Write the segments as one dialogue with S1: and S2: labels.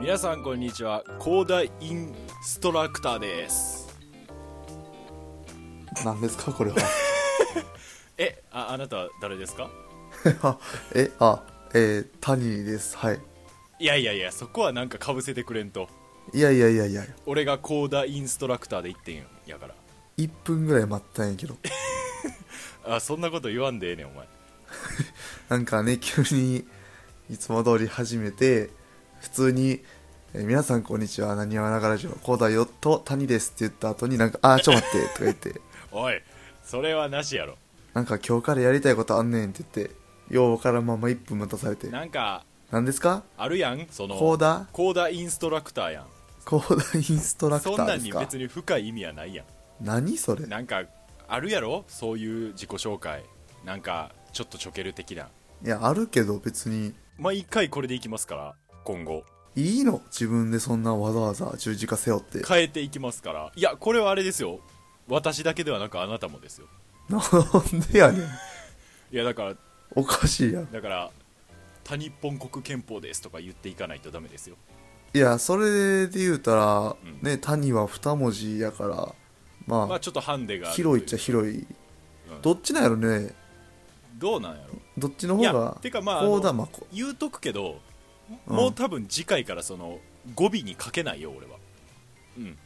S1: 皆さんこんにちは高田インストラクターです
S2: 何ですかこれは
S1: えああなたは誰ですか
S2: あえあえー、谷ですはい
S1: いやいやいやそこはなんかかぶせてくれんと
S2: いやいやいやいや
S1: 俺が高田インストラクターで言ってんやから
S2: 1分ぐらい待ったんやけど
S1: あそんなこと言わんでええねんお前
S2: なんかね急にいつも通り始めて普通に、えー皆さんこんにちはなにわながラジオこうだよと谷ですって言った後になんかあーちょっと待ってとか言って
S1: おいそれはなしやろ
S2: なんか今日からやりたいことあんねんって言ってようわからんまま1分待たされて
S1: なんか
S2: 何ですか
S1: あるやんその
S2: コーダ
S1: 高田インストラクターやん
S2: コーダインストラク
S1: そん
S2: タ
S1: な
S2: ー
S1: ん
S2: です
S1: に
S2: か
S1: 別に深い意味はないやん
S2: 何それ
S1: なんかあるやろそういう自己紹介なんかちょっとちょける的ない
S2: やあるけど別に
S1: 毎回これでいきますから今後
S2: いいの自分でそんなわざわざ十字架背負って
S1: 変えていきますからいやこれはあれですよ私だけではなくあなたもですよ
S2: なんでやねん
S1: いやだから
S2: おかしいやん
S1: だから他日本国憲法ですとか言っていかないとダメですよ
S2: いやそれで言うたら、
S1: うん
S2: ね谷は二文字やからまあ、
S1: まあちょっとハンデがある
S2: 広いっちゃ
S1: と
S2: 広い、
S1: うん
S2: どっちなんやろね
S1: いうどうなんやろ
S2: どっちの方
S1: いや
S2: が
S1: てかまああ
S2: こうだ
S1: の
S2: まこ
S1: 言うとくけど、
S2: うん
S1: もう多分次回からその語尾にかけないよ俺はうん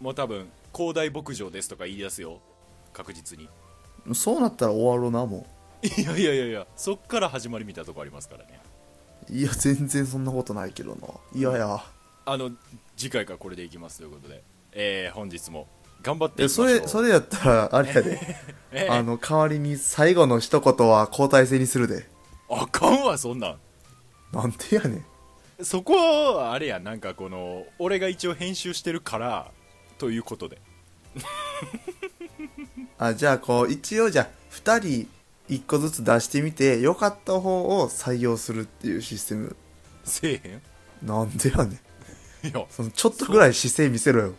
S1: もう多分広大牧場ですとか言い出すよ確実に
S2: そうなったら終わろうなも
S1: いやいやいやいやそっから始まりみたいなとこありますからね
S2: ういや全然そんなことないけどないやいや
S1: あの次回からこれでいきますということで、えー本日も頑張ってい
S2: え
S1: きましょ
S2: そうれそれやったらあれやで
S1: えー
S2: あの代わりに最後の一言は交代制にするで
S1: あかんわそんなん
S2: なんでやねん
S1: そこはあれやなんかこの俺が一応編集してるからということで
S2: あじゃあこう一応じゃあ2人1個ずつ出してみて良かった方を採用するっていうシステム
S1: せえ
S2: なんでやねん
S1: へんいや
S2: そのちょっとぐらい姿勢見せろよ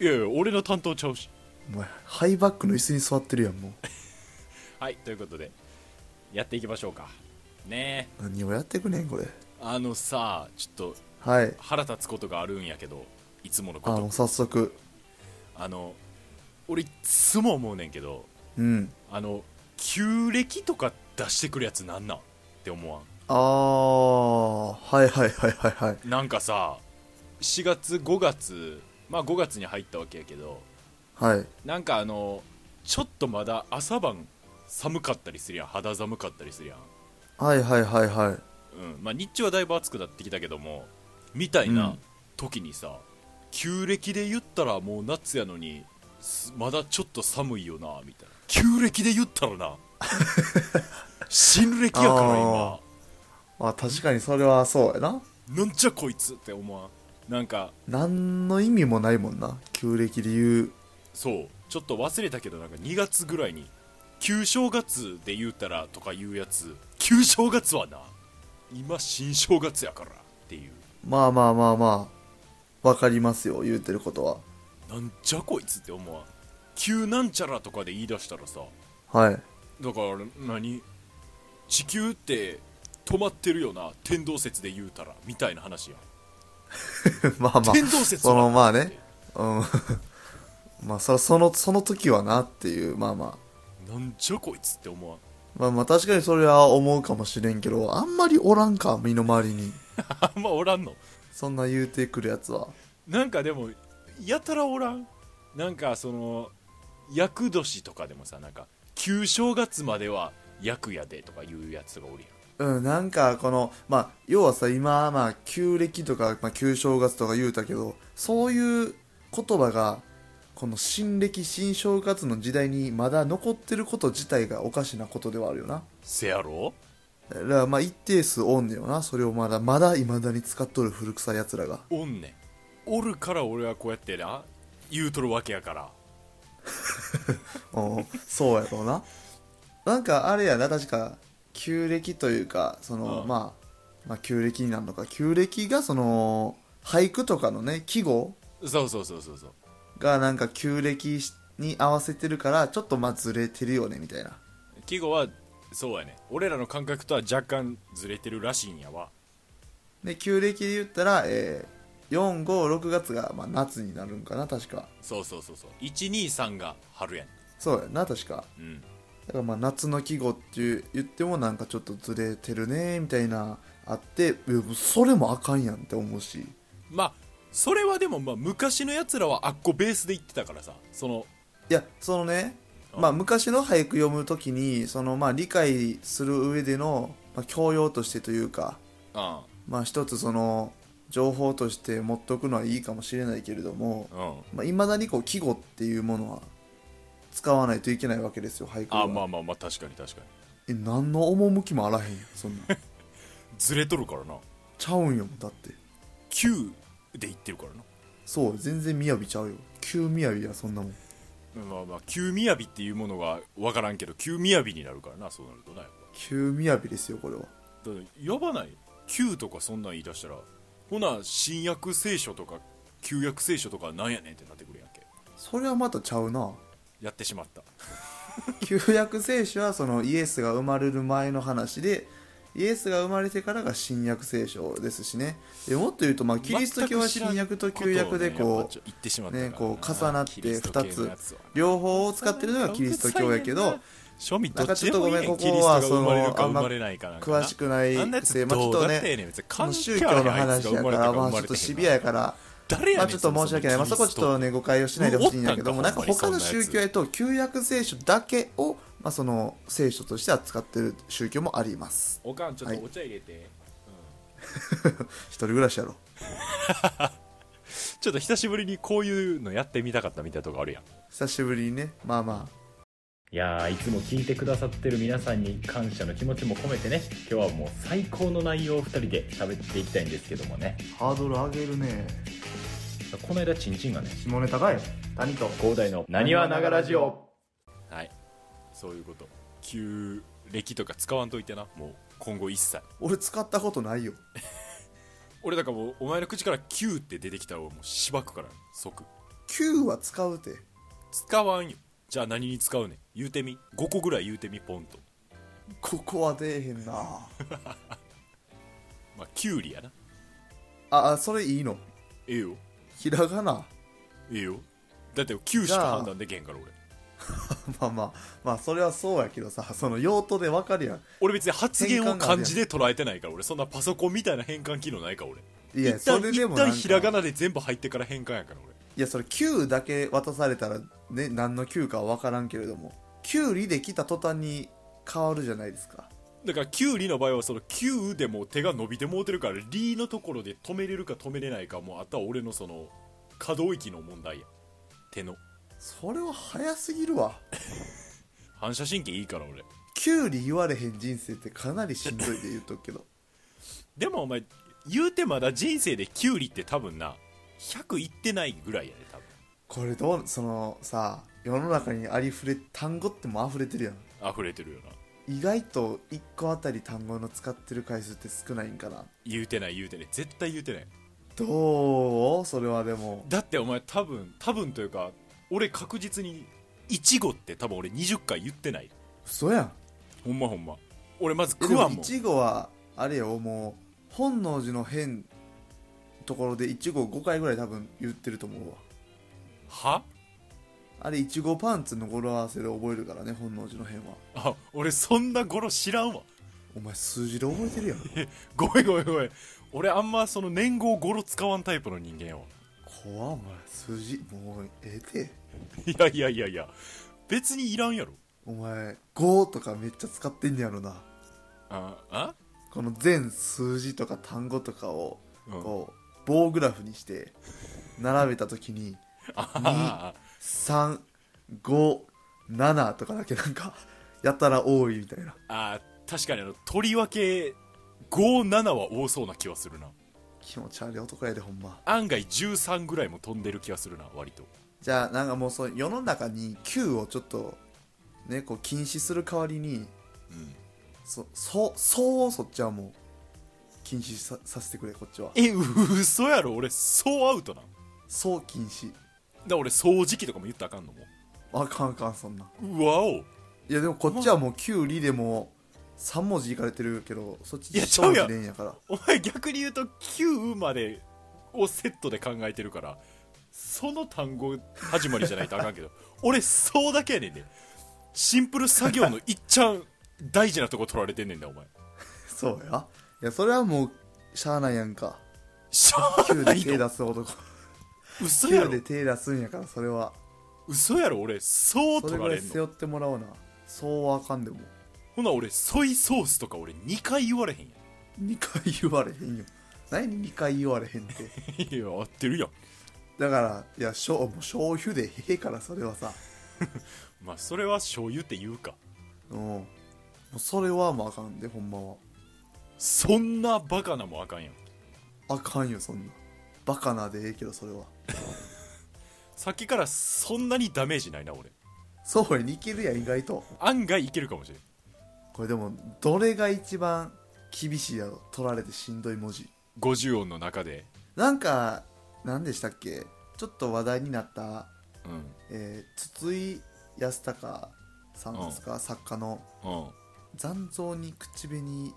S1: いやいや俺の担当ちゃうし
S2: お前ハイバックの椅子に座ってるやんもう
S1: はいということでやっていきましょうかねえ
S2: 何をやってくねんこれ
S1: あのさちょっと
S2: はい
S1: 腹立つことがあるんやけどいつものこ
S2: あ
S1: と
S2: もう早速
S1: あの俺いつも思うねんけど
S2: うん
S1: あの旧暦とか出してくるやつなんなんって思わん
S2: ああはいはいはいはいはい
S1: なんかさ4月5月まあ5月に入ったわけやけど
S2: はい
S1: なんかあのちょっとまだ朝晩寒かったりするやん肌寒かったりするやん、
S2: はいはいはいはい
S1: うんまあ、日中はだいぶ暑くなってきたけどもみたいうなん時にさ、旧暦で言ったらもう夏やのにすまだちょっと寒いよなみたいな旧暦で言ったら な新暦やから今
S2: ああ確かにそれはそうやな
S1: なんじゃこいつって思わんなんか
S2: 何の意味もないもんな旧暦で言う
S1: そうちょっと忘れたけどなんか2月ぐらいに旧正月で言うたらとか言うやつ旧正月はな今新正月やからっていう
S2: まあまあまあまあわかりますよ言うてることは
S1: なんじゃこいつって思わん旧なんちゃらとかで言い出したらさ
S2: はい
S1: だから何地球って止まってるよな天動説で言うたらみたいな話やん
S2: まあまあ
S1: 天動説
S2: そ
S1: は
S2: のまあねうん まあそそのその時はなっていうまあまあ
S1: なんじゃこいつって思わん
S2: まあまあ確かにそれは思うかもしれんけどあんまりおらんか身の回りに
S1: あんまおらんの
S2: そんな言うてくるやつは
S1: なんかでもやたらおらんなんかその厄年とかでもさなんか旧正月までは厄やでとかいうやつがおるやん
S2: うんなんかこのまあ要はさ今まあ旧暦とか、まあ、旧正月とか言うたけどそういう言葉がこの新暦新正月の時代にまだ残ってること自体がおかしなことではあるよな
S1: せやろ
S2: だからまあ一定数おんねよなそれをまだまだいまだに使っとる古臭いやつらが
S1: おんねんおるから俺はこうやってな言うとるわけやから
S2: うんそうやろうななんかあれやな確か旧暦というかその、
S1: うん
S2: まあ、まあ旧暦になるのか旧暦がその俳句とかのね季語
S1: そうそうそうそうそう
S2: がなんか旧暦に合わせてるからちょっとまあずれてるよねみたいな
S1: 季語はそうやね俺らの感覚とは若干ずれてるらしいんやわ
S2: で旧暦で言ったら、えー、456月が、まあ、夏になるんかな確か
S1: そうそうそうそう123が春やん
S2: そうやな確か
S1: うん
S2: だからまあ夏の季語っていう言ってもなんかちょっとずれてるねみたいなあっていやもうそれもあかんやんって思うし
S1: まあそれはでもまあ昔のやつらはあっこベースで言ってたからさその
S2: いやそのね
S1: うん
S2: まあ昔の俳句読むときにそのまあ理解する上での、まあ、教養としてというか
S1: うん
S2: まあ一つその情報として持っとくのはいいかもしれないけれども
S1: うん
S2: まあ、未だにこう季語っていうものは使わないといけないわけですよ俳句は
S1: あまあまあまあ確かに確かに
S2: え何の趣もあらへんよそんなん
S1: ずれとるからな
S2: ちゃうんよだって
S1: 9で言ってるからな
S2: そう全然雅ちゃうよ旧雅やそんなもん
S1: まあまあ旧雅っていうものが分からんけど旧雅になるからなそうなるとなやっ
S2: 旧雅ですよこれは
S1: ぱだってやばない旧とかそんなん言い出したらほな新約聖書とか旧約聖書とかなんやねんってなってくるやんけ
S2: それはまたちゃ うな
S1: やってしまった
S2: 旧約聖書はそのイエスが生まれる前の話でイエスが生まれてからが新約聖書ですしねでもっと言うとまあキリスト教は新約と旧約でこう
S1: う言ってしまったから
S2: ねこう重なって
S1: キリスト系のやつは
S2: 両方を使ってるのがキリスト教やけど
S1: 庶民どっちでもいいねん
S2: なんか
S1: キ
S2: ちょっ
S1: リ
S2: と
S1: ス
S2: ごめんここは
S1: トが生まれるか
S2: そのあんま
S1: 生まれないかなんかな
S2: 詳しくない
S1: あんなやつ
S2: せいまあ
S1: ど
S2: ちょ
S1: う
S2: っと
S1: だってええ
S2: ね
S1: ねん別に
S2: まあ
S1: 関
S2: 宗
S1: 係
S2: 教の
S1: あらへんあいつが生
S2: 話やか
S1: まれたか
S2: らま
S1: 生ま
S2: あちょっ
S1: れて
S2: と
S1: へん
S2: シビアやから
S1: 誰やね
S2: まあ
S1: ん
S2: ちょっと申し訳ないまあそこちょっとね誤解をしないでほしいんだけども
S1: お
S2: な
S1: っ
S2: ん
S1: たん
S2: か
S1: か
S2: 他の宗教やと旧約聖書だけをまあその聖書として扱ってる宗教もあります
S1: おかんちょっ
S2: はい
S1: とお茶入れて、
S2: 一人暮らしやろ
S1: ちょっと久しぶりにこういうのやってみたかったみたいなとこあるやん
S2: 久しぶりにねまあまあ
S3: いやーいつも聞いてくださってる皆さんに感謝の気持ちも込めてね今日はもう最高の内容を2人で喋っていきたいんですけどもね
S2: ハードル上げるね
S3: この間チンチンがね
S2: 下ネタかい谷と
S3: 広大の
S2: なにわながラジオ
S1: はいそういうこと旧暦とか使わんといてなもう今後一切
S2: 俺使ったことないよ
S1: 俺だからもうお前の口から旧って出てきたら俺もうしばくから即
S2: Q は使うて
S1: 使わんよじゃあ何に使うねん言うてみ5個ぐらい言うてみポンと
S2: ここは出えへんな
S1: まあキュウリやな
S2: ああそれいいの
S1: ええよ
S2: ひらがな
S1: ええよだって9しか判断できへんから俺
S2: まあまあまあそれはそうやけどさその用途でわかるやん
S1: 俺別に発言を
S2: 変換があるやん
S1: 漢字で捉えてないから俺そんなパソコンみたいな変換機能ないから俺
S2: いや
S1: 一旦
S2: それでも
S1: 一
S2: なん
S1: 旦
S2: か
S1: ひらがなで全部入ってから変換やから俺
S2: いやそれ Q だけ渡されたらね何の Q かは分からんけれどもキュウリで来た途端に変わるじゃないですか
S1: だからキュウリの場合はそのキュウでもう手が伸びてもうてるからリのところで止めれるか止めれないかもうあとは俺のその可動域の問題や手の
S2: それは早すぎるわ
S1: 反射神経いいから俺
S2: キュウリ言われへん人生ってかなりしんどいで言うとくけど
S1: でもお前言うてまだ人生でキュウリって多分な100いってないぐらいやで多分
S2: これどうそのさ世の中にありふれ単語ってもう溢れてるやん
S1: 溢れてるよな
S2: 意外と1個あたり単語の使ってる回数って少ないんかな
S1: 言うてない言うてない絶対言うてない
S2: どうそれはでも
S1: だってお前多分多分というか俺確実にいちごって多分俺20回言ってない
S2: 嘘やん
S1: ほんまほんま俺まず
S2: え
S1: 食わん
S2: で
S1: も
S2: い
S1: ん
S2: ちごはあれよもう本能寺の変ところでいちご5回ぐらい多分言ってると思うわ
S1: は
S2: あれいちごパンツの語呂合わせで覚えるからね本能寺の変は
S1: あ俺そんな語呂知らんわ
S2: お前数字で覚えてるやん
S1: ごめんごめんごめん俺あんまその年号語呂使わんタイプの人間よ
S2: 怖っお前数字もうええて
S1: いやいやいやいや別にいらんやろ
S2: お前5とかめっちゃ使ってんねやろな
S1: ああ
S2: この全数字とか単語とかを
S1: うん
S2: こう棒グラフにして並べた時に
S1: あ
S2: 357とかだけなんかやたら多いみたいな
S1: あ確かにあのとりわけ57は多そうな気はするな
S2: 気持ち悪い男やでほんま
S1: 案外13ぐらいも飛んでる気はするな割と
S2: じゃあなんかもうそう世の中に9をちょっとねこう禁止する代わりに
S1: うん
S2: そそそうをそっちはもう禁止ささせてくれこっちは
S1: え嘘やろ俺そうアウトなん
S2: そう禁止
S1: だから俺掃除機とかも言ったらあかんのも
S2: あかんあかんそんな
S1: うわお
S2: いやでもこっちはもうキュウリでも3文字いかれてるけどそっち
S1: いや
S2: 一文
S1: ちゃうやん
S2: 字でええんやから
S1: お前逆に言うと9までをセットで考えてるからその単語始まりじゃないとあかんけど 俺そうだけやねんねシンプル作業のいっちゃん大事なとこ取られてんねんだお 前
S2: そうやいやそれはもうしゃあないやんか
S1: しゃあ
S2: 9
S1: な
S2: で
S1: い
S2: 手
S1: の
S2: 出す男
S1: 嘘や
S2: 9
S1: ろ
S2: で手出すんやからそれは
S1: 嘘やろ俺そう
S2: そ
S1: 取
S2: れぐ
S1: ら
S2: ら
S1: れ
S2: い
S1: ん
S2: 背
S1: の
S2: 負ってもらおうなそうはあかんでも
S1: ほな俺ソイソースとか俺2回言われへんや
S2: 2回言われへんよ何2回言われへんって
S1: ん いや合ってるやん
S2: だからいやしょうもう消費でへえからそれはさ
S1: まあそれは醤油って言うか
S2: うんもうそれはもうあかんでほんまは
S1: そんなバカなもんあかんやん
S2: あかんよそんなバカなでええけどそれは
S1: さっきからそんなにダメージないな俺
S2: そうやにいけるやん意外と
S1: 案外いけるかもしれん
S2: これでもどれが一番厳しいやろ取られてしんどい文字
S1: 50音の中で、
S2: なんか何でしたっけちょっと話題になった、
S1: うん
S2: えー筒井康隆さんですか、作家の
S1: うん、
S2: 「残像に口紅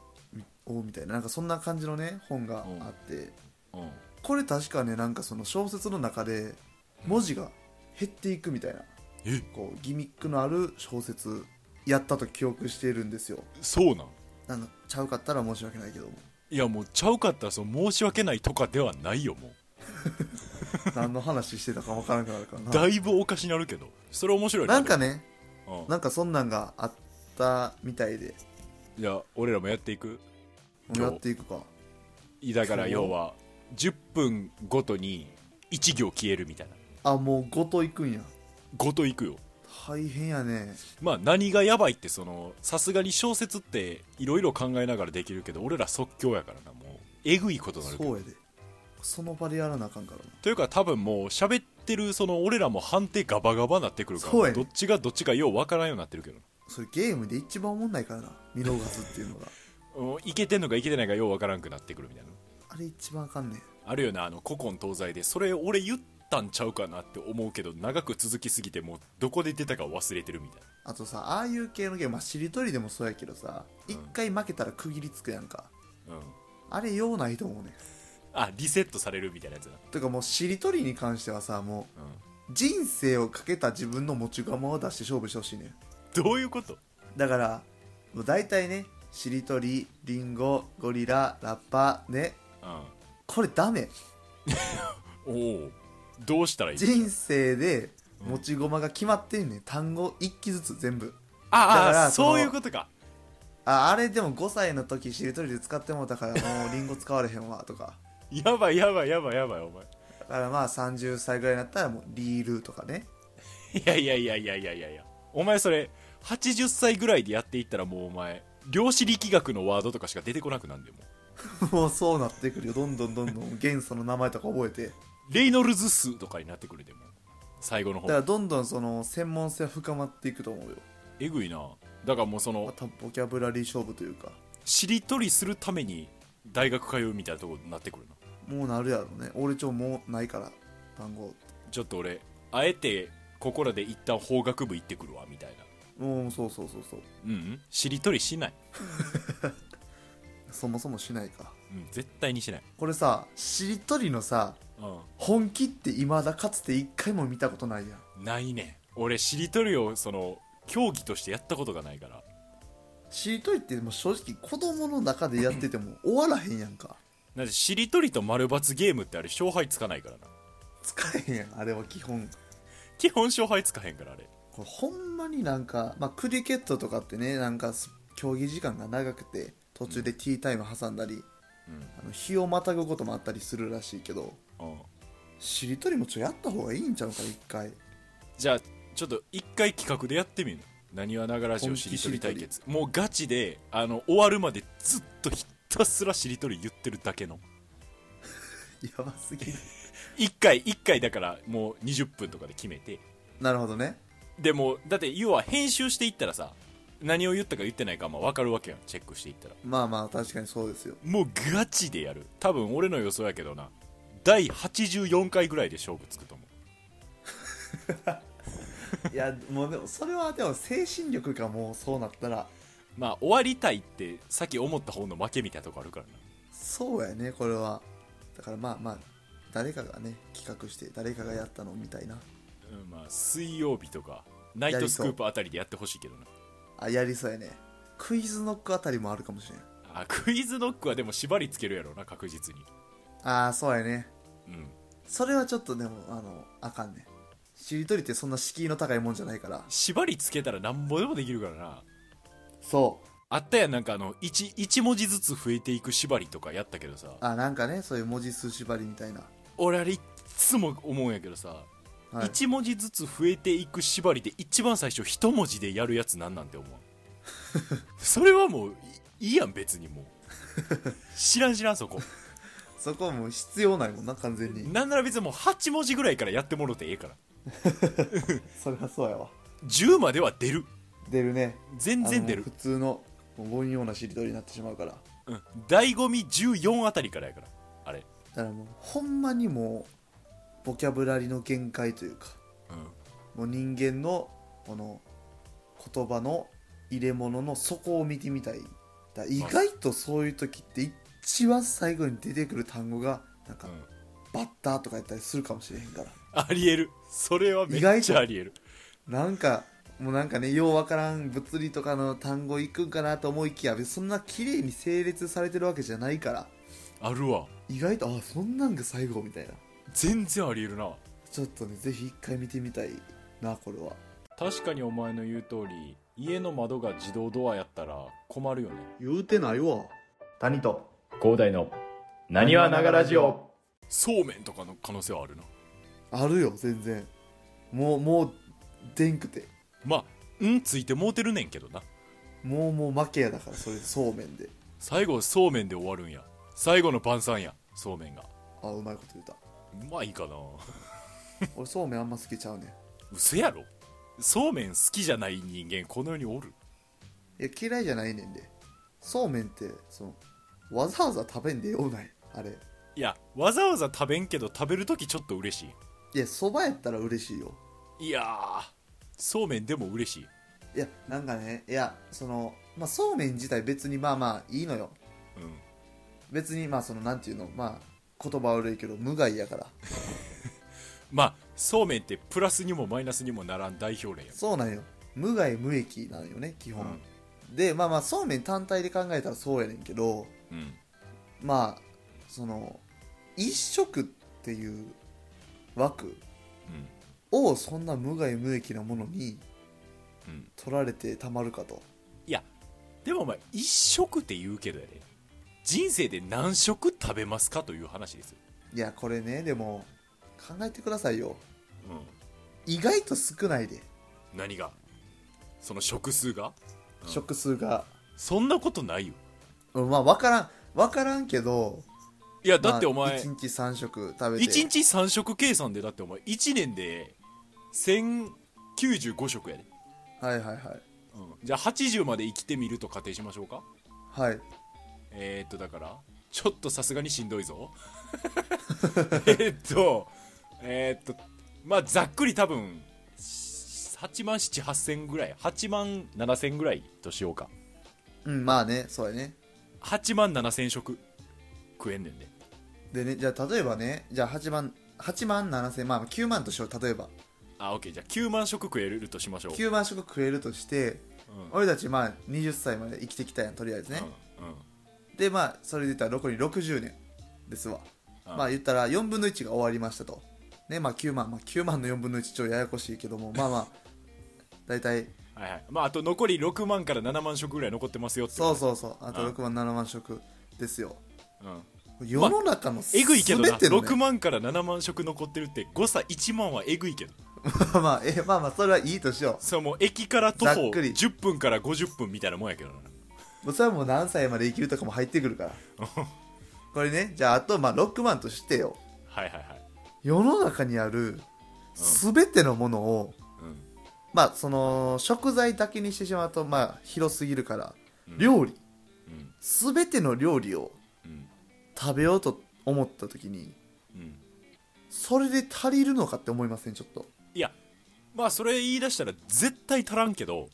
S2: を」みたいななんかそんな感じのね本があって、
S1: うん、
S2: これ確かねなんかその小説の中で文字が減っていくみたいな
S1: え
S2: こうギミックのある小説やったと記憶しているんですよ
S1: そうなん
S2: なんかちゃうかったら申し訳ないけども
S1: いやもうちゃうかったらその申し訳ないとかではないよも
S2: 何の話してたか分からなくなるから
S1: う
S2: な
S1: だいぶおかしなるけどそれ面白い
S2: なんかね
S1: でもうん
S2: なんかそんなんがあったみたいで
S1: じゃあ俺らもやっていく今
S2: や
S1: 日
S2: っていくか
S1: だから
S2: そう
S1: 要は10分ごとに1行消えるみたいな
S2: あもうごといくんや
S1: ごといくよ
S2: 大変やね
S1: まあ何がやばいってそのさすがに小説っていろいろ考えながらできるけど俺ら即興やからなもうえぐいことになるけど
S2: そうやでその場でやらなあかんからな
S1: というか多分もう喋ってるその俺らも判定ガバガバなってくるから
S2: そうやね
S1: どっちがどっちかようわからんようになってるけど
S2: それゲームで一番おもんないからな見逃すっていうのが
S1: うんいけてんのかいけてないかようわからんくなってくるみたいな
S2: あれ一番あかんねん
S1: あるよなあの古今東西でそれ俺言ったんちゃうかなって思うけど長く続きすぎてもうどこで出たか忘れてるみたいな
S2: あとさああいう系のゲーム、まあ、しりとりでもそうやけどさ一回負けたら区切りつくやんか、
S1: うん
S2: あれ用ないと思うね
S1: あリセットされるみたいなやつな、
S2: とかもうしりとりに関してはさも
S1: う
S2: う人生をかけた自分の持ち釜を出して勝負してほしいねん
S1: ん、どういうこと
S2: だからもう大体ねしりとりりんごゴリララッパね
S1: う
S2: これダメ
S1: んおおどうしたらいい
S2: 人生で持ち駒が決まってんねん単語1記ずつ全部だ
S1: あ
S2: か
S1: あ
S2: らその
S1: そういうことか
S2: ああれでも5歳の時しりとりで使ってもうたからもうりんご使われへんわとか
S1: やばいやばいやばいやばいお前
S2: だからまあ30歳ぐらいになったらもうリールとかね
S1: いやいやいやいやいやいやいやお前それ80歳ぐらいでやっていったらもうお前量子力学のワードとかしか出てこなくなんでもう
S2: もうそうなってくるよどんどんどんどん元素の名前とか覚えて
S1: レイノルズ数とかになってくるでもう最後の
S2: だか
S1: 方
S2: らどんどんその専門性は深まっていくと思うよ
S1: えぐいなだからもうそ
S2: ま
S1: の
S2: たボキャブラリー勝負というか
S1: しりとりするために大学通うみたいなとこになってくるな
S2: もうなるやろね俺ちょもうないから単語
S1: ちょっと俺あえてここらで一旦法学部行ってくるわみたいな
S2: もうそうそうそうそう
S1: うん、うん、しりとりしない、
S2: そもそもしないか
S1: うん、絶対にしない
S2: これさしりとりのさ
S1: う
S2: 本気っていまだかつて一回も見たことないやん
S1: んないね俺しりとりをその競技としてやったことがないから
S2: しりとりってもう正直子供の中でやってても 終わらへんやんか
S1: なぜしりとりと丸×ゲームってあれ勝敗つかないからな
S2: 使えへんやんあれは基本
S1: 基本勝敗つかへんからあれ
S2: これほんまになんか、まあ、クリケットとかってねなんかす競技時間が長くて途中でティータイム挟んだり、
S1: うん
S2: あの日をまたぐこともあったりするらしいけど
S1: うん
S2: しりとりもちょやった方がいいんちゃうか一 回
S1: じゃあちょっと一回企画でやってみるなにわながらしをしりとり対決もうガチであの終わるまでずっとひたすらしりとり言ってるだけの
S2: やばすぎる
S1: 一回一回だからもう20分とかで決めて
S2: なるほどね
S1: でもだって要は編集していったらさ何を言ったか言ってないかまあ分かるわけやんチェックしていったら
S2: まあまあ確かにそうですよ
S1: もうガチでやる多分俺の予想やけどな第84回ぐらいで勝負つくと思う
S2: いやもうでもそれはでも精神力がもうそうなったら
S1: まあ終わりたいってさっき思った方の負けみたいなとこあるからな
S2: そうやねこれはだからまあまあ誰かがね企画して誰かがやったのみたいな
S1: うんまあ水曜日とかナイトスクープあたりでやってほしいけどな
S2: あやりそうやねクイズノックあたりもあるかもしれん
S1: あクイズノックはでも縛りつけるやろうな確実に
S2: ああそうやね
S1: うん
S2: それはちょっとでもあのあかんねしりとりってそんな敷居の高いもんじゃないから
S1: 縛りつけたらなんぼでもできるからな
S2: そう
S1: あったやんなんかあの 1, 一文字ずつ増えていく縛りとかやったけどさ
S2: あなんかねそういう文字数縛りみたいな、
S1: 俺あれいっつも思うんやけどさ、
S2: はい、
S1: 1文字ずつ増えていく縛りで一番最初1文字でやるやつなんなんて思う それはもういいいやん別にもう知らん知らんそこ
S2: そこはもう必要ないもんな完全に
S1: なんなら別にもう8文字ぐらいからやってもろてええから
S2: それはそうやわ
S1: 10までは出る
S2: 出るね
S1: 全然出
S2: あ
S1: る
S2: の普通のもう凡庸なしりとりになってしまうから
S1: うん醍醐味14あたりからやからあれ
S2: だからもうほんまにもうボキャブラリの限界というか
S1: うん
S2: もう人間のこの言葉の入れ物の底を見てみたいだから意外とそういう時って一番最後に出てくる単語がなんか、
S1: うん
S2: バッターとかやったりするかもしれへんから
S1: ありえるそれはめ
S2: 意
S1: っ
S2: 外
S1: ち
S2: と
S1: ゃありえる
S2: なんかもうなんかねようわからん物理とかの単語いくんかなと思いきや別にそんな綺麗に整列されてるわけじゃないから
S1: あるわ
S2: 意外とあそんなんが最後みたいな
S1: 全然ありえるな
S2: ちょっとねぜひ一回見てみたいなこれは
S1: 確かにお前の言う通り家の窓が自動ドアやったら困るよね
S2: 言うてないわ谷と
S3: 広大のなにわながラジオ
S1: そうめんとかの可能性はあるな
S2: あるよ全然もうもうでんくて
S1: まあうんついてもうてるねんけどな
S2: もうもう負けやだからそれそうめんで
S1: 最後そうめんで終わるんや最後の晩餐やそうめんが
S2: あうまいこと言うた
S1: うまいかな
S2: 俺そうめんあんま好きちゃうねん
S1: 嘘やろそうめん好きじゃない人間この世におる
S2: いや嫌いじゃないねんでそうめんってそのわざわざ食べんでようないあれ
S1: いやわざわざ食べんけど食べるときちょっと嬉し
S2: いやそばやったら嬉しいよ
S1: いいやーそうめんでも嬉しい
S2: いやなんかねいやそのまあそうめん自体別にまあまあいいのよ
S1: うん
S2: 別にまあそのなんていうのまあ言葉悪いけど無害やから
S1: まあそうめんってプラスにもマイナスにもならん代表例や
S2: そうなんよ無害無益なんよね基
S1: う
S2: 本、でまあまあそうめん単体で考えたらそうやねんけど
S1: うん
S2: まあその一食っていう枠
S1: うん
S2: をそんな無害無益なものに
S1: うん
S2: 取られてたまるかと
S1: いやでもお前一食って言うけどやで人生で何食食べますかという話ですよ、
S2: いやこれねでも考えてくださいよ
S1: う
S2: 意外と少ないで
S1: ん、何がその食数がうん
S2: 食数が、
S1: そんなことないよ
S2: うん、まあ分からん分からんけど
S1: いやだってお
S2: まあ
S1: 前、
S2: 1日3食食べて
S1: 一1日3食計算でだってお前1年で1095食やで、
S2: はいはいはい
S1: うん、じゃあ80まで生きてみると仮定しましょうか
S2: はい
S1: えー、っとだからちょっとさすがにしんどいぞ えーっとえー、っとまあざっくり多分8万7 8千ぐらい8万7千ぐらいとしようか
S2: うんまあねそうやね
S1: 8万7千食食えんねんで
S2: でねじゃあ例えばねじゃあ8万8万7千まあ9万としよう例えば
S1: あオッケーじゃあ9万食食えるとしましょう
S2: 9万食食えるとして
S1: うん
S2: 俺たちまあ20歳まで生きてきたやんとりあえずね、
S1: うんうん
S2: でまあそれで言ったら残り60年ですわ、
S1: うん
S2: まあ言ったら4分の1が終わりましたとねまあ9万、まあ、9万の4分の1ちょっとややこしいけどもまあまあ 大体
S1: はいはいまああと残り6万から7万食ぐらい残ってますよって
S2: そう
S1: う、
S2: そうそうあと
S1: うん
S2: 6万7万食ですよ
S1: うん、
S2: 世の中の
S1: えぐいけどな、
S2: 全ての、ね、
S1: 6万から7万食残ってるって誤差1万はえぐいけど
S2: まあ まあえまあまあそれはいいとしよ
S1: それもう駅から徒
S2: ざ
S1: 歩
S2: っくり
S1: 10分から50分みたいなもんやけどな
S2: うもうそれはもう何歳まで生きるとかも入ってくるからこれねじゃああとまあ6万としてよ
S1: はいはいはい、
S2: 世の中にある全てのものを、
S1: うん、
S2: まあその食材だけにしてしまうとまあ広すぎるから、料理
S1: うん
S2: 全ての料理を
S1: うん
S2: 食べようと思った時に
S1: うん
S2: それで足りるのかって思いませんちょっと
S1: いやまあそれ言い出したら絶対足らんけど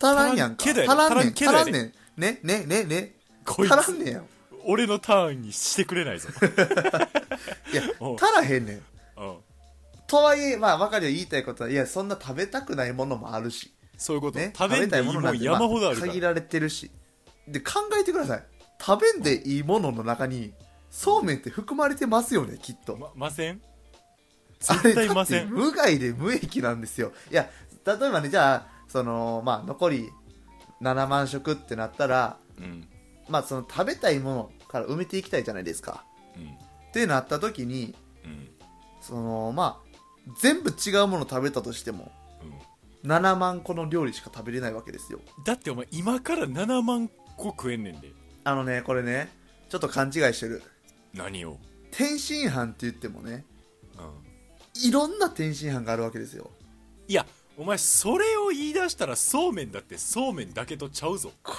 S2: 足らんやんか。
S1: 足
S2: 足
S1: らんけどや
S2: ら
S1: で足らんけ
S2: んねん。足ら
S1: ど
S2: んね
S1: や
S2: ん。ね、ね、ね、ね。
S1: こい
S2: 足
S1: つ
S2: らんねんよ。
S1: 俺のターンにしてくれ ないぞ、
S2: いや、
S1: おう
S2: 足らへんねん。
S1: うん、
S2: とはいえ、まあ、わかるよ、言いたいことは、いや、そんな食べたくないものもあるし。
S1: そういうこと、
S2: ね、
S1: 食べんでいいもん山ほどある
S2: ま
S1: か
S2: 限
S1: ら
S2: られてるしで考えてください食べんでいいものの中にそうめんって含まれてますよねきっと、
S1: まません
S2: あれ
S1: 絶対
S2: だ
S1: ま
S2: っ
S1: せ
S2: て
S1: ん
S2: 無害で無益なんですよいや例えばねじゃあそのまあ残り7万食ってなったら
S1: うん
S2: まあその食べたいものから埋めていきたいじゃないですか
S1: うん
S2: ってなった時に
S1: うん
S2: そのまあ全部違うもの食べたとしても
S1: うん
S2: 7万個の料理しか食べれないわけですよ
S1: だってお前今から7万個食えんねんで
S2: あのねこれねちょっと勘違いしてる
S1: 何を、
S2: 天津飯って言ってもね
S1: うん、
S2: いろんな天津飯があるわけですよ
S1: いやお前それを言い出したらそうめんだってそうめんだけとちゃうぞ
S2: こ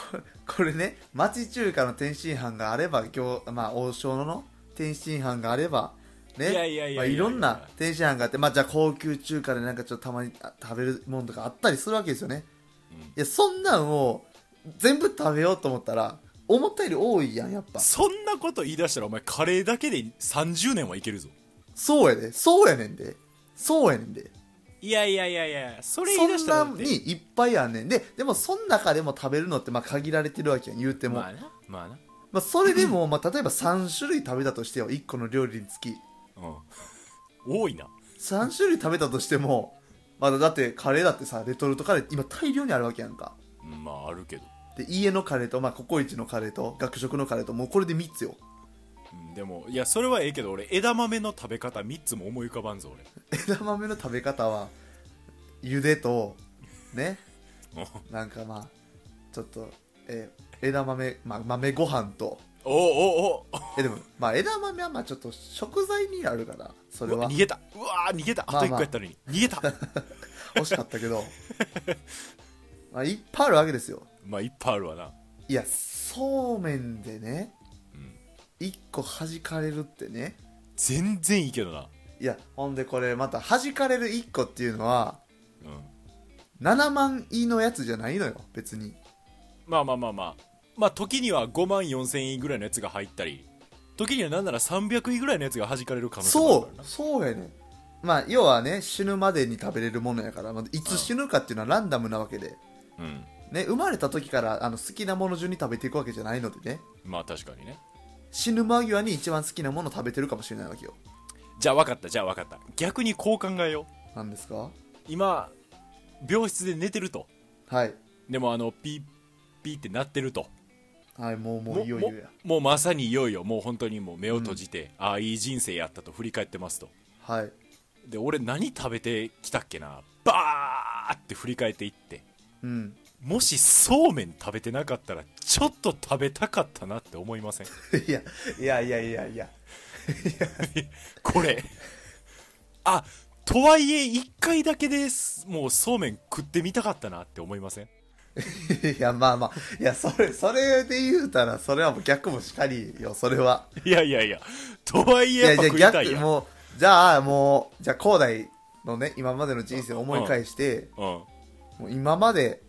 S2: これね町中華の天津飯があれば今日、まあ、王将の天津飯があればね
S1: いやいやいやいやいや
S2: まあいろんな天津飯があって、まあ、じゃあ高級中華でなんかちょっとたまにあ食べるものとかあったりするわけですよね、
S1: うん
S2: いやそんなんを全部食べようと思ったら思ったより多いやんやっぱ
S1: そんなこと言い出したらお前カレーだけで30年はいけるぞ
S2: そうやでそうやねんでそうやねんで
S1: いやいやいやいやそれ
S2: そ
S1: 言い出
S2: ん
S1: した
S2: な
S1: らだっ
S2: ん
S1: て
S2: にいっぱいあんねんででもそん中でも食べるのってまあ限られてるわけやん言うても、
S1: まあなまあな
S2: まあ、それでも、まあ、例えば3種類食べたとしてよ1個の料理につき
S1: うん 多いな
S2: 3種類食べたとしても、まあ、だってカレーだってさレトルトカレー今大量にあるわけやんか
S1: うんまああるけど、
S2: で家のカレーと、まあ、ココイチのカレーと学食のカレーともうこれで3つよ
S1: うん、でもいやそれはええけど俺枝豆の食べ方3つも思い浮かばんぞ
S2: 枝豆の食べ方は茹でと ね
S1: 俺
S2: なんかまあちょっと、えー枝豆、まあ、豆ご飯と
S1: おおおお
S2: えでも、まあ、枝豆はまあちょっと食材にあるからそれ
S1: うわ
S2: は
S1: 逃げたうわー逃げたあ
S2: まあまあ
S1: と1個やったのに、逃げた
S2: 惜しかったけど まあいっぱいあるわけですよ
S1: まあいっぱいあるわない
S2: やそうめんでね、
S1: うん
S2: 一個弾かれるってね
S1: 全然いいけどない
S2: やほんでこれまた弾かれる一個っていうのは
S1: うん
S2: 7万いのやつじゃないのよ別に
S1: まあまあまあまあまあ時には5万4000円ぐらいのやつが入ったり時にはなんなら300位ぐらいのやつが弾かれる可能性もある
S2: そ
S1: から
S2: う
S1: な
S2: そうやねんまあ要はね死ぬまでに食べれるものやから、まあ、いつ死ぬかっていうのはランダムなわけで、
S1: うん
S2: ね、生まれた時からあの好きなもの順に食べていくわけじゃないのでね
S1: まあ確かにね
S2: 死ぬ間際に一番好きなもの食べてるかもしれないわけよ
S1: じゃあ分かったじゃあ分かった逆にこう考えよう
S2: なんですか
S1: 今病室で寝てると
S2: はい
S1: でもあのピーピーってなってると
S2: はいもうもういよいよや
S1: もうまさにいよいよもう本当にもう目を閉じて、ああいい人生やったと振り返ってますと
S2: はい
S1: で俺何食べてきたっけなバーって振り返っていって
S2: うん
S1: もしそうめん食べてなかったらちょっと食べたかったなって思いません
S2: いやいやいやいやいや
S1: これあとはいえ一回だけですもうそうめん食ってみたかったなって思いません
S2: いやまあまあいやそれそれで言うたらそれはもう逆もしかりよそれはい
S1: やいやいやとはい
S2: い
S1: えやっぱ
S2: じゃ
S1: 食いたい
S2: 逆
S1: やん
S2: もうじゃあもうじゃあ広大のね今までの人生を思い返して
S1: うん
S2: もう今まで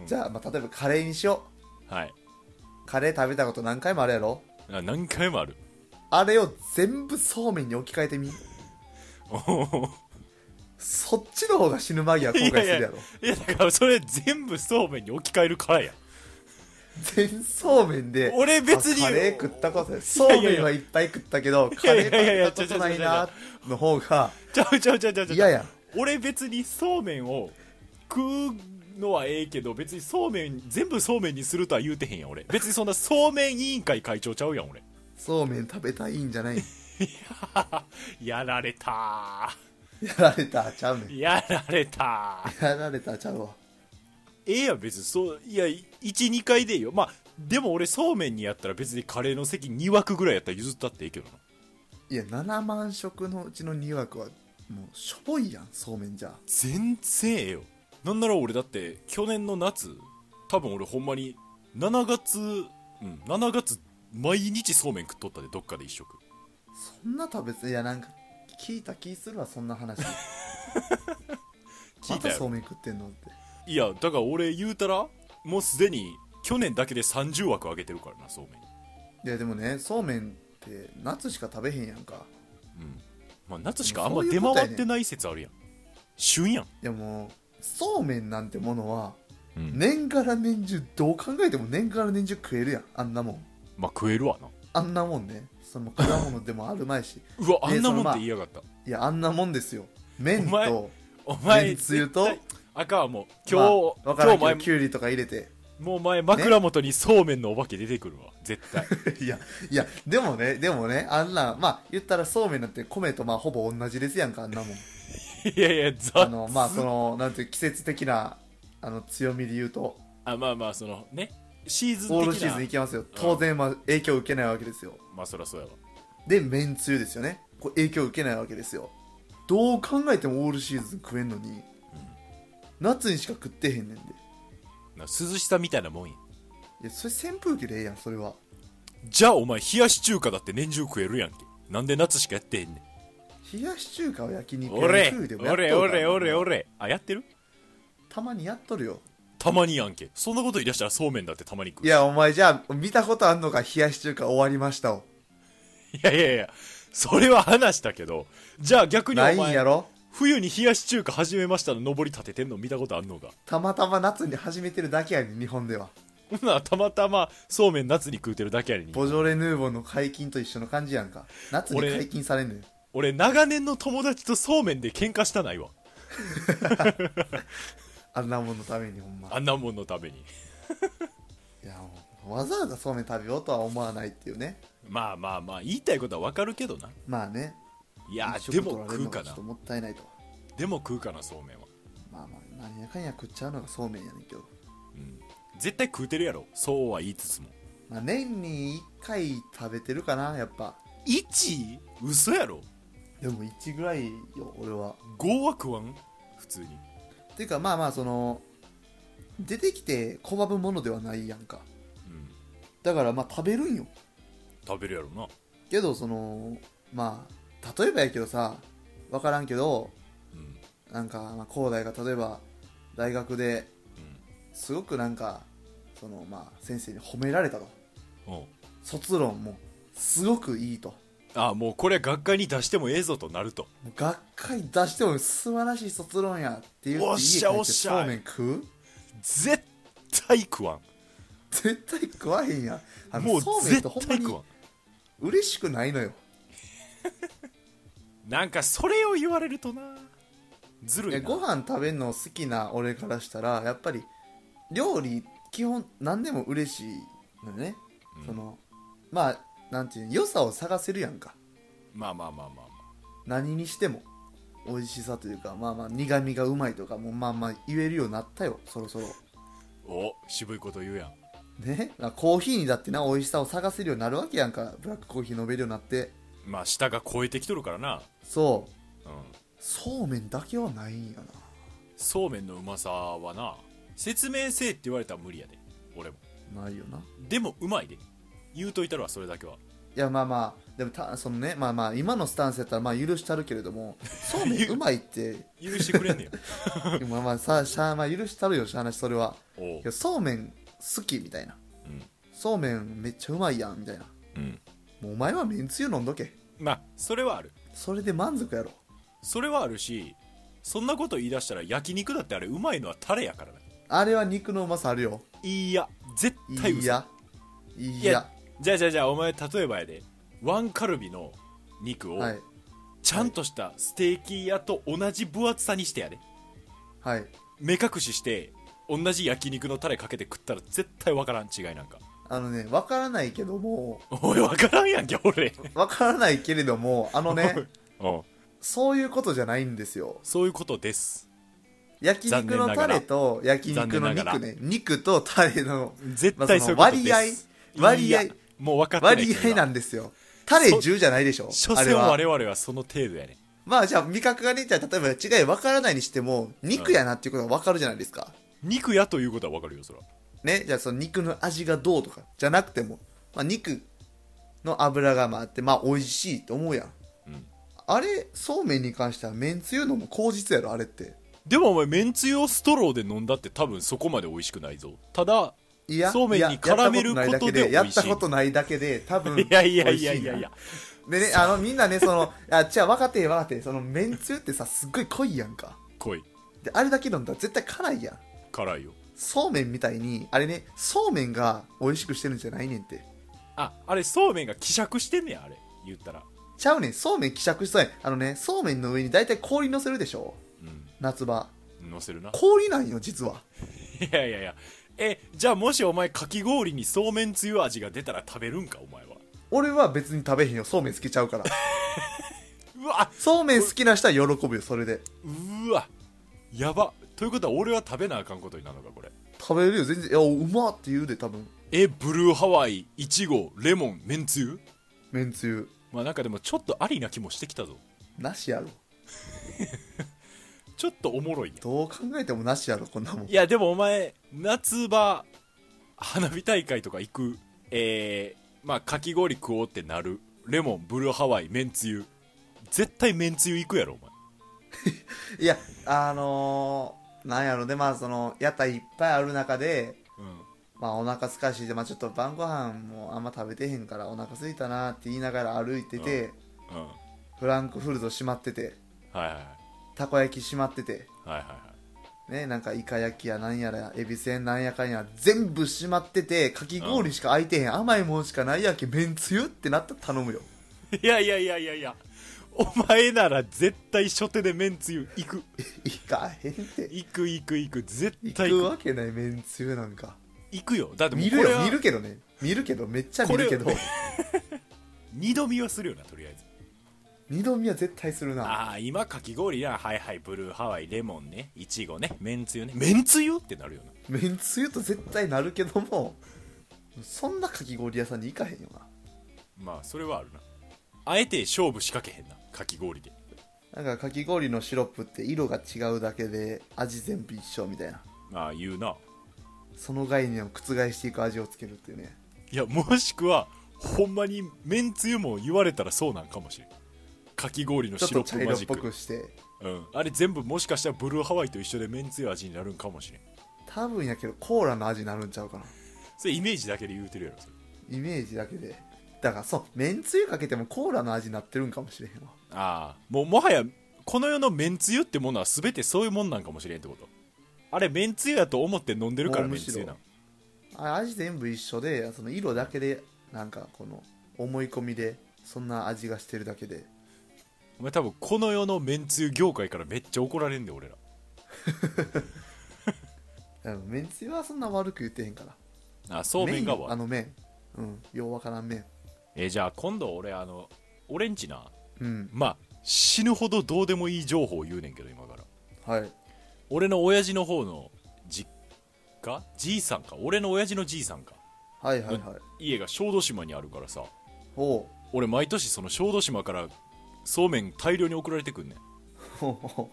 S1: うん
S2: じゃあ,、まあ例えばカレーにしよ
S1: はいう
S2: カレー食べたこと何回もあるやろ
S1: あ何回もある
S2: あれを全部そうめんに置き換えてみ
S1: おー
S2: そっちの方が死ぬ間際後悔するやろ
S1: いやだからそれ全部そうめんに置き換えるからや
S2: 全そうめんで
S1: 俺別に
S2: あカレー食ったことない
S1: やいやいや
S2: そうめんはいっぱい食ったけど
S1: い
S2: カ
S1: や
S2: レー
S1: い
S2: 食
S1: やいやいや
S2: べたことないなの方が
S1: ちゃうちゃうちゃうちゃうちゃう
S2: 嫌やん
S1: 俺別にそうめんを食うのはええけど別にそうめん全部そうめんにするとは言うてへんやん俺別にそんなそうめん委員会会長ちゃうやん俺
S2: そうめん食べたいんじゃない
S1: やられた
S2: やられたちゃうねん
S1: ーやられたー
S2: やられたちゃうわ
S1: ええやん別にそういや12回でいいよまあでも俺そうめんにやったら別にカレーの席2枠ぐらいやったら譲ったってええけどない
S2: や7万食のうちの2枠はもうしょぼいやんそうめんじゃ
S1: 全然ええよなんなら俺だって去年の夏多分俺ほんまに7月うん7月毎日そうめん食っとったでどっかで一食
S2: そんな食べいやなんか聞いた気するわそんな 話
S1: 聞いた
S2: また
S1: や
S2: そ
S1: ろ
S2: うめん食ってんのって
S1: いやだから俺言うたらもうすでに去年だけで30枠上げてるからなそうめん
S2: いやでもねそうめんって夏しか食べへんやんか
S1: うんまあ、夏しかあんま出回ってない説あるやん旬やん
S2: いやもうそうめんなんてものは
S1: うん
S2: 年から年中どう考えても年から年中食えるやんあんなもん
S1: まあ食えるわな
S2: あんなもんねその果物でもあるまいし
S1: うわあんなもん
S2: ま
S1: っ
S2: あ
S1: て言いやがった、
S2: いやあんなもんですよ麺
S1: お前
S2: と
S1: お前
S2: めんつゆと
S1: 絶対あかんわもう今日、
S2: まあわか
S1: 今
S2: ら
S1: 日
S2: んけど
S1: 前
S2: きゅうりとか入れて
S1: もう前枕元にそうめんのお化け出てくるわ絶対
S2: いやいやでもねでもねあんなまあ言ったらそうめんなんて米とまあほぼ同じですやんかあ んなもん
S1: いやいや雑
S2: あのまあそのなんていう季節的なあの強みで言うと
S1: あまあまあそのねシーズン的な
S2: オールシーズンいけますよ当然まあ影響受けないわけですよ
S1: まあそりゃそうやわ
S2: でめんつゆですよねこれ影響受けないわけですよどう考えてもオールシーズン食えんのに、夏にしか食ってへんねんで
S1: な涼しさみたいなもんや
S2: いやそれ扇風機でええやんそれは
S1: じゃあお前冷やし中華だって年中食えるやんけなんで夏しかやってへんねん
S2: 冷やし中華は焼肉
S1: 俺
S2: 肉でもやっとる
S1: 俺
S2: から
S1: 俺俺俺あやってる
S2: たまにやっとるよ
S1: たまにやんけそんなこと言い出したらそうめんだってたまに食う
S2: いやお前じゃあ見たことあんのか冷やし中華終わりましたを
S1: いやいやいや、それは話したけど、じゃあ逆にお
S2: な
S1: 前、
S2: いんやろ
S1: 冬に冷やし中華始めましたの上り立ててんの見たことあんのか。
S2: たまたま夏に始めてるだけやねん日本では
S1: ほなたまたまそうめん夏に食うてるだけやねん。
S2: ボジョレ・ヌーボーの解禁と一緒の感じやんか夏に
S1: 俺
S2: 解禁されんねん
S1: 俺、長年の友達とそうめんで喧嘩したないわ。
S2: あんなもんのためにほんま
S1: あんなもんのために。
S2: いやもうわざわざそうめん食べようとは思わないっていうね
S1: まあまあまあ、言いたいことはわかるけどな。
S2: まあね
S1: いや
S2: 一、食
S1: で
S2: 取
S1: も
S2: られ
S1: 食
S2: るの
S1: う
S2: が
S1: か
S2: ちょ
S1: な
S2: っと。もったいないと
S1: でも食うかな、そうめんは。
S2: まあまあなんやかんや食っちゃうのがそうめんやねんけど、
S1: 絶対食うてるやろ。そうは言いつつも。
S2: まあ、年に1回食べてるかなやっぱ
S1: 1? 嘘やろ。
S2: でも1ぐらいよ俺は
S1: 5は食わん普通に。
S2: っていうかまあまあその出てきて拒むものではないやんか
S1: うん。
S2: だからまあ食べるんよ
S1: 食べるやろな。
S2: けどそのまあ例えばやけどさ分からんけど
S1: うん。
S2: なんか、まあ、高大が例えば大学ですごくなんかそのまあ先生に褒められたと
S1: うん。うん。
S2: 卒論もすごくいいと
S1: あもうこれは学会に出してもええぞとなると
S2: もう学会出しても素晴らしい卒論やって言って
S1: おっしゃ
S2: 家帰
S1: おってしゃ
S2: そうめん食う
S1: 絶対食わ
S2: 絶対食わへんやんあ
S1: ん
S2: の
S1: もう
S2: そうめん
S1: 絶
S2: ってほんま
S1: 対食
S2: に
S1: わ
S2: 嬉しくないのよ
S1: んなんかそれを言われるとなずる
S2: え
S1: いな
S2: ご飯食べるの好きな俺からしたらやっぱり料理基本何でも嬉しいのよね、
S1: うん
S2: そのまあなんていうの良さを探せるやんか
S1: まあまあまあまあ、ま
S2: 何にしても美味しさというかまあまあ苦味がうまいとかもまあまあ言えるようになったよそろそろ
S1: あ、お渋いこと言うやん
S2: ねまあコーヒーにだってな美味しさを探せるようになるわけやんかブラックコーヒー飲めるようになって
S1: まあ舌が超えてきとるからな
S2: そう
S1: うん
S2: そうめんだけはないんやな
S1: そうめんのうまさはな説明せえって言われたら無理やで俺も
S2: ないよな
S1: でもうまいで言うといたるわそれだけはい
S2: やまあまあでもたそのねまあまあ今のスタンスやったらまあ許したるけれどもそうめん
S1: 言う
S2: うまいって
S1: 許してくれんねよ
S2: まあまあさしゃあまあ許したるよしゃあなしそれは
S1: おう
S2: いやそうめん好きみたいな
S1: うん
S2: そうめんめっちゃうまいやんみたいな
S1: うん
S2: もうお前はめんつゆ飲んどけ
S1: まあそれはある
S2: それで満足やろ
S1: それはあるしそんなこと言い出したら焼肉だってあれうまいのはタレやからね
S2: あれは肉のうまさあるよ
S1: いや絶
S2: い
S1: 対嘘
S2: やい
S1: いや
S2: や
S1: じゃあじゃあじゃあお前例えばやでワンカルビの肉を
S2: はい
S1: ちゃんとしたステーキ屋と同じ分厚さにしてやで
S2: はい
S1: 目隠しして同じ焼肉のタレかけて食ったら絶対わからん違いなんか
S2: あのねわからないけども
S1: おいわからんやんけ俺
S2: わからないけれどもあ のね
S1: うん
S2: そういうことじゃないんですよ
S1: そういうことです
S2: 焼肉のタレと焼肉の
S1: 残念なが
S2: 肉
S1: ら
S2: ね肉とタレの
S1: 絶対そういうことです、
S2: まあその割合
S1: いやもう分かってない
S2: 割合なんんですよタレ10じゃないでしょ
S1: 所
S2: あれ
S1: 詮
S2: は
S1: 我々はその程度やね
S2: まあじゃあ味覚がねじゃあ例えば違い分からないにしても肉やなっていうことは分かるじゃないですか、
S1: 肉屋ということはわかるよそら
S2: ねじゃあその肉の味がどうとかじゃなくても、まあ、肉の油がまああってまあ美味しいと思うやん
S1: うん
S2: あれそうめんに関してはめんつゆのも口実やろあれって
S1: でもお前めんつゆをストローで飲んだって多分そこまで美味しくないぞただ
S2: いや
S1: そうめんに絡めることで美味しい
S2: やったことないだけでやったことな いだけで多分
S1: いやいやいやいやいや
S2: 美味しいなでねあのみんなねそのあじゃあ分かってへん分かってへんそのめんつゆってさすっごい濃いやんか
S1: 濃い
S2: であれだけ飲んだら絶対辛いやん
S1: 辛いよ
S2: そうめんみたいにあれねそうめんが美味しくしてるんじゃないねんって
S1: ああれそうめんが希釈してんねやあれ言ったら
S2: ちゃうねんそうめん希釈したいあのねそうめんの上に大体氷乗せるでしょ
S1: うん
S2: 夏場
S1: 乗せるない
S2: 氷なんよ実は
S1: やいやいやえじゃあもしお前かき氷にそうめんつゆ味が出たら食べるんかお前は
S2: 俺は別に食べへんよそうめん好きちゃうから
S1: うわ
S2: そうめん好きな人は喜ぶよそれで
S1: うーわやばということは俺は食べなあかんことになるのかこれ
S2: 食べれるよ全然いやうまって言うで多分
S1: えブルーハワイいちごレモンめんつゆ
S2: めんつゆ
S1: まあなんかでもちょっとありな気もしてきたぞ
S2: なしやろ
S1: ちょっとおもろいや
S2: どう考えてもなしやろこんなもん
S1: いやでもお前夏場花火大会とか行くえー、まあかき氷食おうってなるレモンブルーハワイめんつゆ絶対めんつゆ行くやろお前
S2: いやあのー、なんやろねまあその屋台いっぱいある中で
S1: うん
S2: まあお腹すかしいで、まあ、ちょっと晩ご飯もあんま食べてへんからお腹空いたなって言いながら歩いてて、
S1: うん
S2: フランクフルト閉まってて
S1: はいはいはい
S2: たこ焼き閉まってて
S1: はいはいはい
S2: ねなんかイカ焼きやなんやらエビせんなんやかんや全部閉まっててかき氷しか開いてへん、甘いもんしかないやんけめんつゆってなったら頼むよ
S1: いやいやいやいやいやお前なら絶対初手でめんつゆ行く
S2: いかへんって
S1: 行く行く行く絶
S2: 行
S1: 対行
S2: く
S1: く
S2: わけないめんつゆなんか
S1: 行くよだってもう
S2: 見
S1: こ
S2: る
S1: れ
S2: よ
S1: は
S2: 見るけどね見るけどめっちゃ見るけど
S1: これ二度見はするよなとりあえず
S2: 二度見は絶対するな
S1: ああ今かき氷やはいはいブルーハワイレモンねいちごねめんつゆねめんつゆってなるよな
S2: めんつゆと絶対なるけどもそんなかき氷屋さんに行かへんよな
S1: まあそれはあるなあえて勝負仕掛けへんなかき氷で
S2: なんかかき氷のシロップって色が違うだけで味全部一緒みたいな
S1: まあ言うな
S2: その概念を覆していく味をつけるっていうね
S1: いやもしくはほんまにめんつゆも言われたらそうなんかもしれんかき氷の
S2: ちょっ
S1: シロ
S2: と
S1: ッ
S2: 茶
S1: プマ
S2: 色
S1: ジ
S2: っ
S1: ック
S2: ぽくして
S1: うん、あれ全部もしかしたらブルーハワイと一緒でめんつゆ味になるんかもしれん
S2: 多分やけどコーラの味になるんちゃうかな
S1: それイメージだけで言うてるやろそれ
S2: イメージだけでだからそうめんつゆかけてもコーラの味になってるんかもしれへんわ
S1: ああもうもはやこの世のめんつゆってものは全てそういうもんなんかもしれんってことあれめんつゆやと思って飲んでるから
S2: もう
S1: め
S2: む
S1: ん
S2: しろ
S1: つゆなの
S2: あ味全部一緒でその色だけでなんかこの思い込みでそんな味がしてるだけで
S1: お前多分この世のめんつゆ業界からめっちゃ怒られんで俺ら
S2: あのめんつゆはそんな悪く言ってへんから
S1: あそうめんが
S2: 麺よあ
S1: わ
S2: の麺うんようわからん麺
S1: えじゃあ今度俺あの俺んちな
S2: うん
S1: まあ死ぬほどどうでもいい情報を言うねんけど今から
S2: はい
S1: 俺の親父の方の実家じいさんか俺の親父のじいさんか
S2: はいはいはい
S1: 家が小豆島にあるからさ
S2: おう
S1: 俺毎年その小豆島からそうめん大量に送られてくんねん
S2: ほうほ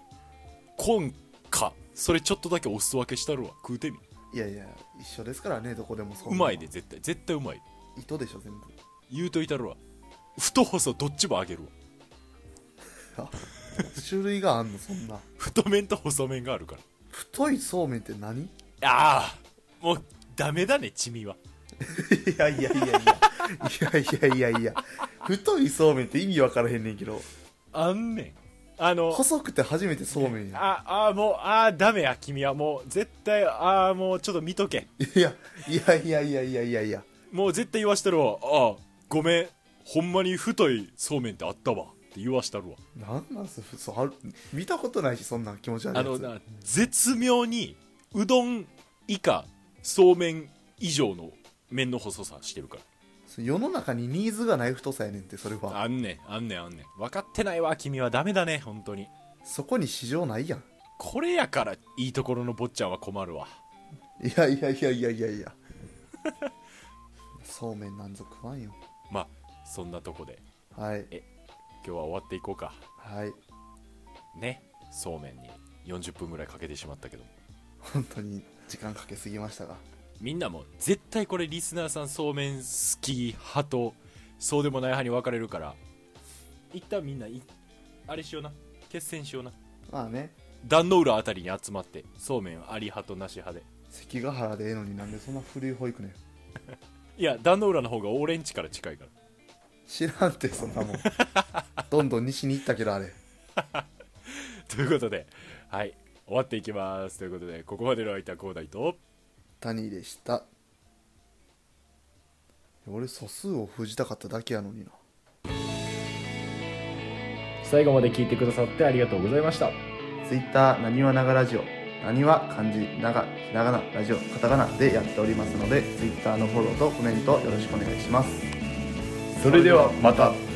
S1: 今かそれちょっとだけお裾分けしたるわ食うてみ
S2: ういやいや一緒ですからねどこでもそう
S1: まいで絶対絶対うまい
S2: 糸でしょ全部
S1: 言うといたるわ太細どっちもあげるわ
S2: あ種類があんのそんな
S1: 太麺と細麺があるから
S2: 太いそうめんって何い
S1: ああもうダメだねチミは
S2: やいやいやいやいやいやいやいや太いそうめんって意味わからへんねんけど
S1: あんねんあの
S2: 細くて初めてそうめんや
S1: ああもうああダメや君はもう絶対ああもうちょっと見とけ
S2: いやいやいやいやいやいやいや
S1: もう絶対言わしたるわああごめんほんまに太いそうめんってあったわって言わしたるわ
S2: なんなんすそうある見たことないしそんな気持ち悪い
S1: あ
S2: や
S1: の
S2: つ
S1: な絶妙にうどん以下そうめん以上の麺の細さしてるから
S2: そう世の中にニーズがない太さやねんってそれは
S1: あんねんあんねんあんねん分かってないわ君はダメだね本当に
S2: そこに市場ないやん
S1: これやからいいところの坊ちゃんは困るわ
S2: いやいやいやいやいやいやそうめんなんぞ食わんよ
S1: まあそんなとこで
S2: はい
S1: 今日は終わっていこうか
S2: はい
S1: ねそうめんに40分ぐらいかけてしまったけど
S2: 本当に時間かけすぎましたが
S1: みんなも絶対これリスナーさんそうめん好き派とそうでもない派に分かれるから一旦みんないあれしような決戦しような
S2: まあね
S1: 壇の浦あたりに集まってそうめんあり派となし派で
S2: 関ヶ原でええのになんでそんな古い保育ねん
S1: いや壇の浦の方が俺ん家から近いから
S2: 知らんてそんなもんどんどん西に行ったけどあれ
S1: ということではい終わっていきますということでここまでの相手は広大と
S2: 谷でした俺素数を封じたかっただけやのにな
S3: 最後まで聞いてくださってありがとうございました。
S2: Twitter なにわながラジオなにわ漢字ながひらがなラジオカタカナでやっておりますので Twitter のフォローとコメントよろしくお願いします
S3: それではまた。